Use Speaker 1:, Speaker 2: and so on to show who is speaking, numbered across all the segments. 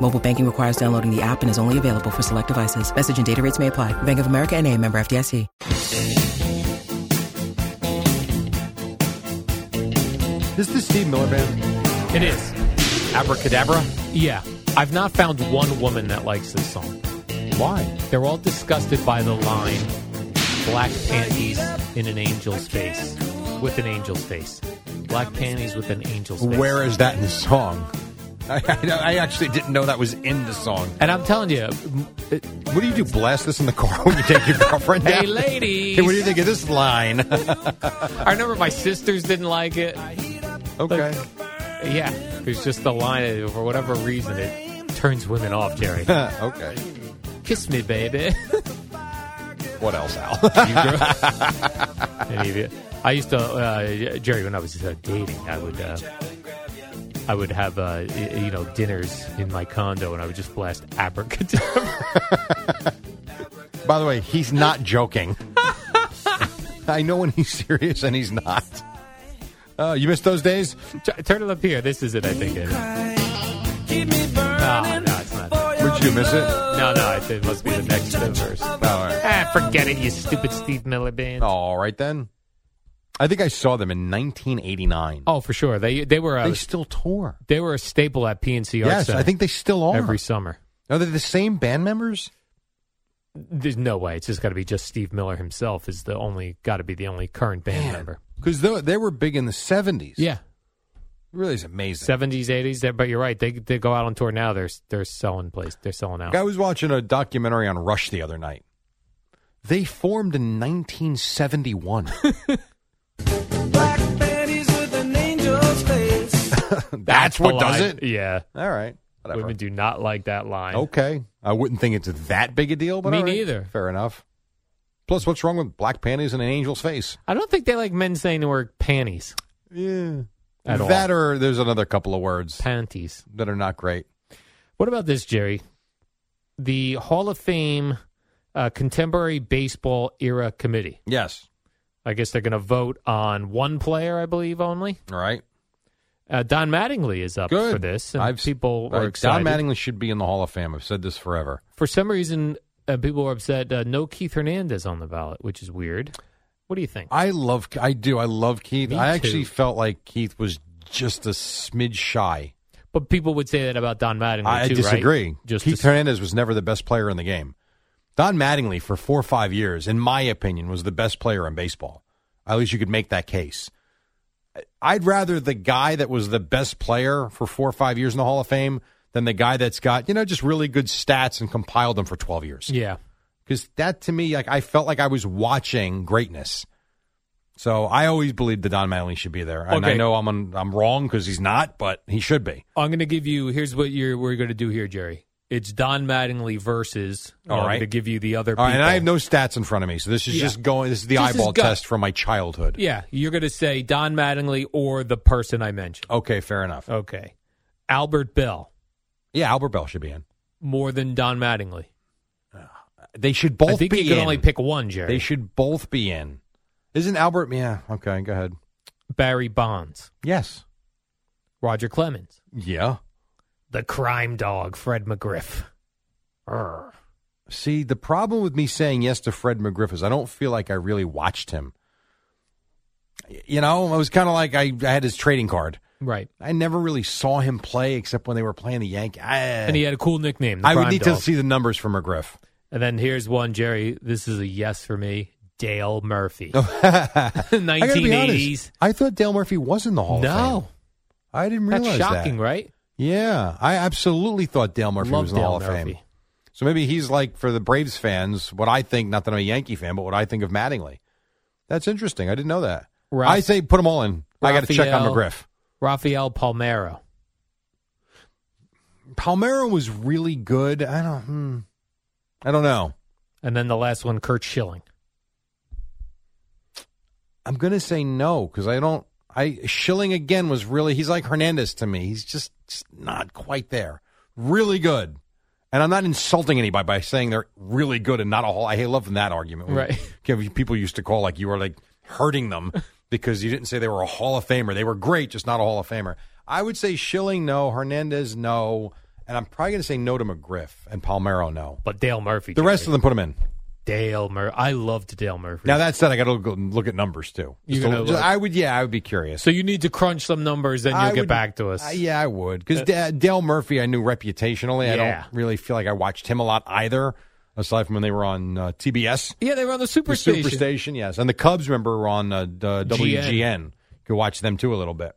Speaker 1: Mobile banking requires downloading the app and is only available for select devices. Message and data rates may apply. Bank of America and a member FDIC.
Speaker 2: This is the Steve Miller Band.
Speaker 3: It is.
Speaker 4: Abracadabra.
Speaker 3: Yeah.
Speaker 4: I've not found one woman that likes this song.
Speaker 2: Why?
Speaker 4: They're all disgusted by the line black panties in an angel's face. With an angel's face. Black panties with an angel's face.
Speaker 2: Where is that in the song? I, I, I actually didn't know that was in the song.
Speaker 4: And I'm telling you,
Speaker 2: It- what do you do? Blast this in the car when you take your girlfriend
Speaker 4: hey,
Speaker 2: down?
Speaker 4: ladies.
Speaker 2: Hey, what do you think of this line?
Speaker 4: I remember my sisters didn't like it.
Speaker 2: okay.
Speaker 4: Yeah. It's just the line, for whatever reason, it turns women off, Jerry.
Speaker 2: okay.
Speaker 4: Kiss me, baby.
Speaker 2: What else, Al?
Speaker 4: You grew- Any of you- I used to, uh, Jerry, when I was uh, dating, I would, uh, I would have, uh, y- you know, dinners in my condo, and I would just blast abracadabra.
Speaker 2: By the way, he's not joking. I know when he's serious and he's not. Uh, you missed those days?
Speaker 4: T- Turn it up here. This is it. I think it. No, no, it's not.
Speaker 2: Would you miss it? Oh,
Speaker 4: No, no, it, it must be the next uh, verse.
Speaker 2: all right.
Speaker 4: Ah, forget it, you stupid Steve Miller band. Oh,
Speaker 2: All right, then. I think I saw them in 1989.
Speaker 4: Oh, for sure. They they were a,
Speaker 2: they
Speaker 4: they,
Speaker 2: still tour.
Speaker 4: were a staple at PNC Arts
Speaker 2: Yes,
Speaker 4: Center
Speaker 2: I think they still are.
Speaker 4: every summer.
Speaker 2: Are they the same band members?
Speaker 4: There's no way. It's just got to be just Steve Miller himself is the only got to be the only current band member.
Speaker 2: Because they, they were big in the 70s.
Speaker 4: Yeah,
Speaker 2: Really is amazing.
Speaker 4: seventies, eighties. But you're right. They they go out on tour now. They're they're selling place. They're selling out.
Speaker 2: Like, I was watching a documentary on Rush the other night. They formed in 1971. That's what
Speaker 4: The
Speaker 2: does
Speaker 4: line-
Speaker 2: it?
Speaker 4: Yeah,
Speaker 2: All right. Whatever.
Speaker 4: women do not like that line.
Speaker 2: Okay. I wouldn't think it's that big a deal, but
Speaker 4: Me
Speaker 2: all right.
Speaker 4: neither.
Speaker 2: Fair enough. Plus, what's wrong with black panties and an angel's face?
Speaker 4: I don't think they like men saying the word panties
Speaker 2: Yeah.
Speaker 4: at all.
Speaker 2: that or there's another couple of words
Speaker 4: panties.
Speaker 2: that are not great.
Speaker 4: What about this, Jerry? The Hall of Fame uh, Contemporary Baseball Era Committee.
Speaker 2: Yes.
Speaker 4: I guess they're going to vote on one player, I believe, only.
Speaker 2: All right.
Speaker 4: Uh, Don Mattingly is up
Speaker 2: Good.
Speaker 4: for this, and
Speaker 2: I've,
Speaker 4: people
Speaker 2: uh,
Speaker 4: are excited.
Speaker 2: Don Mattingly should be in the Hall of Fame. I've said this forever.
Speaker 4: for some reason, uh, people were upset. Uh, no Keith Hernandez on the ballot, which is weird. What do you think?
Speaker 2: I love, I do, I love Keith.
Speaker 4: Me
Speaker 2: I
Speaker 4: too.
Speaker 2: actually felt like Keith was just a smidge shy.
Speaker 4: But people would say that about Don Mattingly
Speaker 2: I
Speaker 4: too, right?
Speaker 2: disagree.
Speaker 4: Just
Speaker 2: Keith
Speaker 4: dis-
Speaker 2: Hernandez was never the best player in the game. Don Mattingly, for four or five years, in my opinion, was the best player in baseball. At least you could make that case. I- I'd rather the guy that was the best player for four or five years in the Hall of Fame than the guy that's got you know just really good stats and compiled them for twelve years.
Speaker 4: yeah.
Speaker 2: because that to me, like I felt like I was watching greatness. So I always believed that Don Mattingly should be there, and I
Speaker 4: Okay.
Speaker 2: know I'm on, I'm wrong because he's not, but he should be.
Speaker 4: I'm going to give you. Here's what you're we're going to do here, Jerry. It's Don Mattingly versus.
Speaker 2: All
Speaker 4: I'm
Speaker 2: right.
Speaker 4: going to give you the other.
Speaker 2: All right, and
Speaker 4: people.
Speaker 2: I have no stats in front of me, so this is
Speaker 4: Yeah.
Speaker 2: just going. This is the
Speaker 4: Just his
Speaker 2: eyeball
Speaker 4: gut.
Speaker 2: test from my childhood.
Speaker 4: Yeah, you're going to say Don Mattingly or the person I mentioned.
Speaker 2: Okay, fair enough.
Speaker 4: Okay, Albert Bell
Speaker 2: Yeah, Albert Bell should be in.
Speaker 4: more than Don Mattingly.
Speaker 2: They should both
Speaker 4: I think
Speaker 2: be
Speaker 4: you can
Speaker 2: in.
Speaker 4: only pick one, Jerry.
Speaker 2: they should both be in. Isn't Albert? Yeah. Okay, go ahead.
Speaker 4: Barry Bonds,
Speaker 2: Yes.
Speaker 4: Roger Clemens.
Speaker 2: Yeah.
Speaker 4: the crime dog, Fred McGriff.
Speaker 2: See, the problem with me saying yes to Fred McGriff is I don't feel like I really watched him. You know, I was kind of like I, I had his trading card.
Speaker 4: Right.
Speaker 2: I never really saw him play except when they were playing the Yankees.
Speaker 4: And he had a cool nickname. the
Speaker 2: I would
Speaker 4: Crime
Speaker 2: need
Speaker 4: Dog.
Speaker 2: to see the numbers from McGriff.
Speaker 4: And then here's one, Jerry. This is a yes for me. Dale Murphy,
Speaker 2: I gotta be
Speaker 4: nineteen
Speaker 2: honest.
Speaker 4: eighties.
Speaker 2: I thought Dale Murphy was in the Hall. of Fame.
Speaker 4: No,
Speaker 2: I didn't
Speaker 4: that's
Speaker 2: realize
Speaker 4: shocking,
Speaker 2: that.
Speaker 4: right?
Speaker 2: Yeah, I absolutely thought Dale Murphy
Speaker 4: Love
Speaker 2: was in the
Speaker 4: Dale
Speaker 2: Hall of Fame.
Speaker 4: Murphy.
Speaker 2: So maybe he's like for the Braves fans. What I think, not that I'm a Yankee fan, but what I think of Mattingly. That's interesting. I didn't know that.
Speaker 4: Ralph-
Speaker 2: I say put them all in. I got to check on
Speaker 4: Raphael.
Speaker 2: McGriff.
Speaker 4: Rafael Palmero.
Speaker 2: Palmero was really good. I don't. Hmm, I don't know.
Speaker 4: And then the last one, Kurt Schilling.
Speaker 2: I'm gonna say no because I don't. I Schilling again was really he's like Hernandez to me. He's just, just not quite there. Really good, and I'm not insulting anybody by saying they're really good and not a whole. I hate loving that argument. when
Speaker 4: Right.
Speaker 2: you- People used to call like you were like hurting them because you didn't say they were a Hall of Famer. They were great, just not a Hall of Famer. I would say Schilling no, Hernandez no, and I'm probably gonna say no to McGriff and Palmero no.
Speaker 4: But Dale Murphy.
Speaker 2: The rest of
Speaker 4: Jerry.
Speaker 2: them put them in.
Speaker 4: Dale Murphy. I loved Dale Murphy.
Speaker 2: Now that said, I got to look at numbers too.
Speaker 4: You're
Speaker 2: Just a-
Speaker 4: gonna
Speaker 2: just-
Speaker 4: look.
Speaker 2: I would, yeah, I would be curious.
Speaker 4: so you need to crunch some numbers, then you'll
Speaker 2: I
Speaker 4: get
Speaker 2: would-
Speaker 4: back to us.
Speaker 2: Uh, yeah, I would. Because Dale Murphy, I knew reputationally. I
Speaker 4: Yeah.
Speaker 2: don't really feel like I watched him a lot either, aside from when they were on uh, TBS.
Speaker 4: Yeah, they were on the
Speaker 2: The
Speaker 4: Superstation.
Speaker 2: Superstation, yes. And the Cubs, remember, were on uh, d- WGN. Could watch them too a little bit.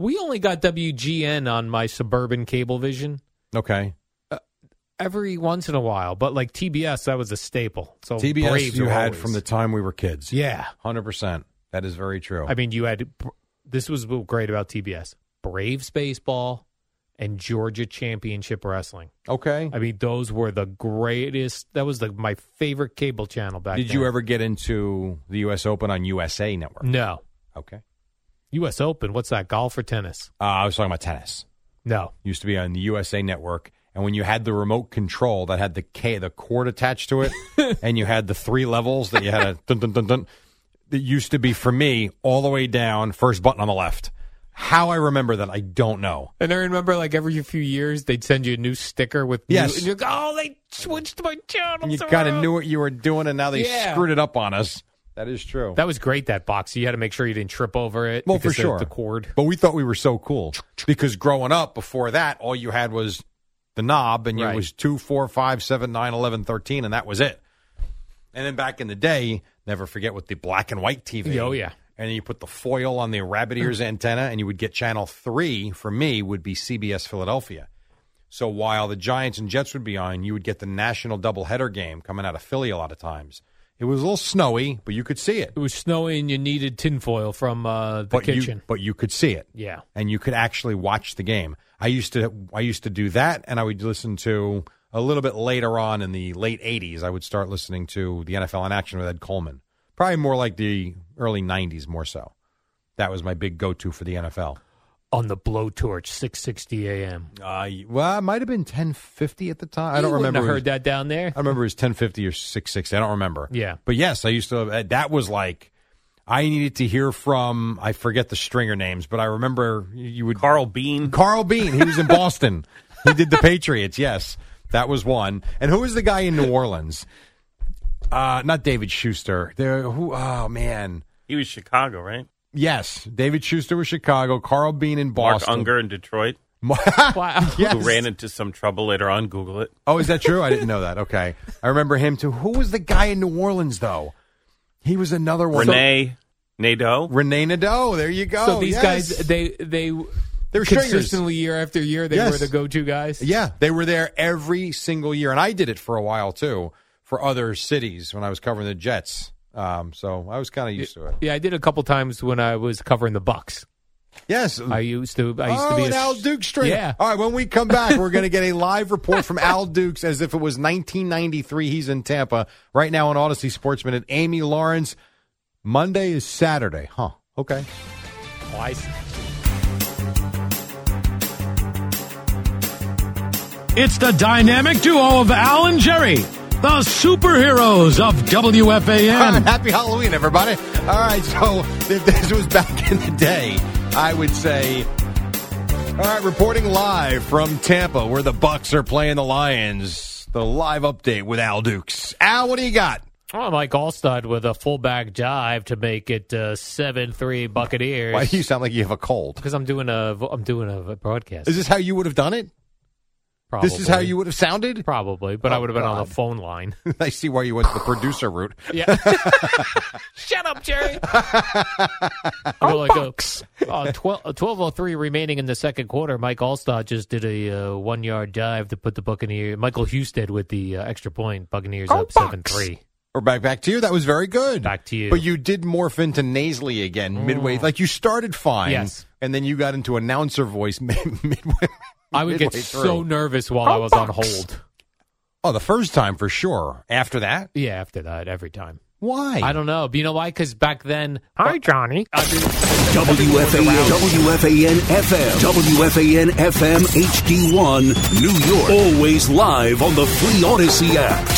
Speaker 4: We only got WGN on my suburban cable vision
Speaker 2: Okay.
Speaker 4: every once in a while, but like TBS, that was a staple. So
Speaker 2: TBS
Speaker 4: Oh, Braves
Speaker 2: you
Speaker 4: were
Speaker 2: had
Speaker 4: always-
Speaker 2: from the time we were kids.
Speaker 4: yeah.
Speaker 2: 100%. That is very true.
Speaker 4: I mean, you had this was what great about TBS: Braves baseball and Georgia championship wrestling.
Speaker 2: okay.
Speaker 4: I mean, those were the greatest. That was the, my favorite cable channel back.
Speaker 2: Did
Speaker 4: then. Mm.
Speaker 2: you ever get into the U.S. Open on USA Network?
Speaker 4: No.
Speaker 2: Okay.
Speaker 4: U.S. Open. What's that? Golf or tennis?
Speaker 2: Uh, I was talking about tennis.
Speaker 4: No.
Speaker 2: used to be on the USA Network, and when you had the remote control that had the K, the cord attached to it, and you had the three levels that you had a dun dun dun dun. That used to be for me all the way down, first button on the left. How I remember that, I don't know.
Speaker 4: And I remember, like every few years, they'd send you a new sticker with new-
Speaker 2: Yes.
Speaker 4: and you're like, oh, they switched my channel.
Speaker 2: And you kind of knew what you were doing, and now they
Speaker 4: Yeah.
Speaker 2: screwed it up on us. That is true.
Speaker 4: That was great. That box. You had to make sure you didn't trip over it.
Speaker 2: well, for
Speaker 4: because of
Speaker 2: sure.
Speaker 4: The cord.
Speaker 2: But we thought we were so cool because growing up before that, all you had was the knob, and
Speaker 4: Right.
Speaker 2: it was two, four, five, seven, nine, eleven, thirteen, and that was it. And then back in the day, never forget with the black and white TV.
Speaker 4: Oh, yeah. Mm.
Speaker 2: And you put the foil on the rabbit ears antenna, and you would get channel three. For me, would be CBS Philadelphia. So while the Giants and Jets would be on, you would get the national doubleheader game coming out of Philly a lot of times. It was a little snowy, but you could see it.
Speaker 4: It was snowing. you needed tinfoil from uh, the
Speaker 2: but
Speaker 4: kitchen.
Speaker 2: you, but you could see it
Speaker 4: yeah.
Speaker 2: and you could actually watch the game. I used to I used to do that, and I would listen to a little bit later on in the late '80s. I would start listening to the NFL in action with Ed Coleman, probably more like the early '90s, more so. That was my big go-to for the NFL.
Speaker 4: on the blowtorch, six sixty a.m.
Speaker 2: Uh, well, it might have been 10:50 at the time. I don't
Speaker 4: You wouldn't
Speaker 2: remember.
Speaker 4: have
Speaker 2: it was-
Speaker 4: heard that down there.
Speaker 2: I remember it was ten fifty or six sixty. I don't remember.
Speaker 4: Yeah.
Speaker 2: but yes, I used to. uh, That was like I needed to hear from. I forget the stringer names, but I remember you would Carl Bean. Carl Bean. He was in Boston. He did the Patriots. Yes, that was one. And who was the guy in New Orleans? Uh, not David Schuster. There. Who? Oh man.
Speaker 5: He was Chicago, right?
Speaker 2: Yes, David Schuster was Chicago. Carl Bean in Boston.
Speaker 5: Mark Unger in Detroit,
Speaker 4: Wow.
Speaker 2: yes.
Speaker 5: who ran into some trouble later on. Google it.
Speaker 2: Oh, is that true? I didn't know that. Okay. I remember him too. Who was the guy in New Orleans though? He was another one.
Speaker 5: Renee Nadeau.
Speaker 2: So, Renee Nadeau. There you go.
Speaker 4: so these
Speaker 2: yes.
Speaker 4: guys, they they
Speaker 2: They're stringers.
Speaker 4: consistently year after year, they
Speaker 2: Yes.
Speaker 4: were the go-to guys.
Speaker 2: Yeah, they were there every single year, and I did it for a while too for other cities when I was covering the Jets. Um, so I was kind of used to it.
Speaker 4: Yeah, I did a couple times when I was covering the Bucks.
Speaker 2: Yes.
Speaker 4: I used to. I used
Speaker 2: oh,
Speaker 4: to be
Speaker 2: an
Speaker 4: a,
Speaker 2: Al Dukes stream.
Speaker 4: Yeah.
Speaker 2: All right, when we come back, we're going to get a live report from Al Dukes as if it was 1993. He's in Tampa right now on Odyssey Sports Minute. Amy Lawrence. Monday is Saturday, huh? Okay.
Speaker 4: Twice. It's the dynamic duo of Al and Jerry, the superheroes of WFAN.
Speaker 2: Happy Halloween, everybody. All right, so if this was back in the day, I would say. All right, reporting live from Tampa, where the Bucks are playing the Lions. The live update with Al Dukes. Al, what do you got?
Speaker 4: Oh, Mike Allstott with a fullback dive to make it uh, seven three Buccaneers.
Speaker 2: Why do you sound like you have a cold?
Speaker 4: Because I'm doing a vo- I'm doing a broadcast.
Speaker 2: Is this how you would have done it?
Speaker 4: probably.
Speaker 2: This is how you would have sounded?
Speaker 4: probably, but I
Speaker 2: Oh,
Speaker 4: would have been on the
Speaker 2: God.
Speaker 4: phone line.
Speaker 2: I see why you went the producer route.
Speaker 4: Yeah. Shut up, Jerry. oh, like bucks. Uh, 12, 12.03 remaining in the second quarter. Mike Allstott just did a uh, one yard dive to put the Buccaneers. Michael Husted with the uh, extra point. Buccaneers
Speaker 2: Go
Speaker 4: up
Speaker 2: Bucks.
Speaker 4: 7 3.
Speaker 2: Or back back to you. That was very good.
Speaker 4: Back to you. Mm.
Speaker 2: But you did morph into nasally again midway. Like you started fine.
Speaker 4: Yes.
Speaker 2: And then you got into announcer voice mid- midway.
Speaker 4: I would get
Speaker 2: midway
Speaker 4: so
Speaker 2: through.
Speaker 4: nervous while I was on hold.
Speaker 2: Oh, the first time for sure. After that,
Speaker 4: Yeah, after that, every time.
Speaker 2: why?
Speaker 4: I don't know. But you know why? Because back then. Hi, Johnny.
Speaker 6: WFAN, WFAN FM, WFAN FM HD1, New York. Always live on the Free Odyssey app.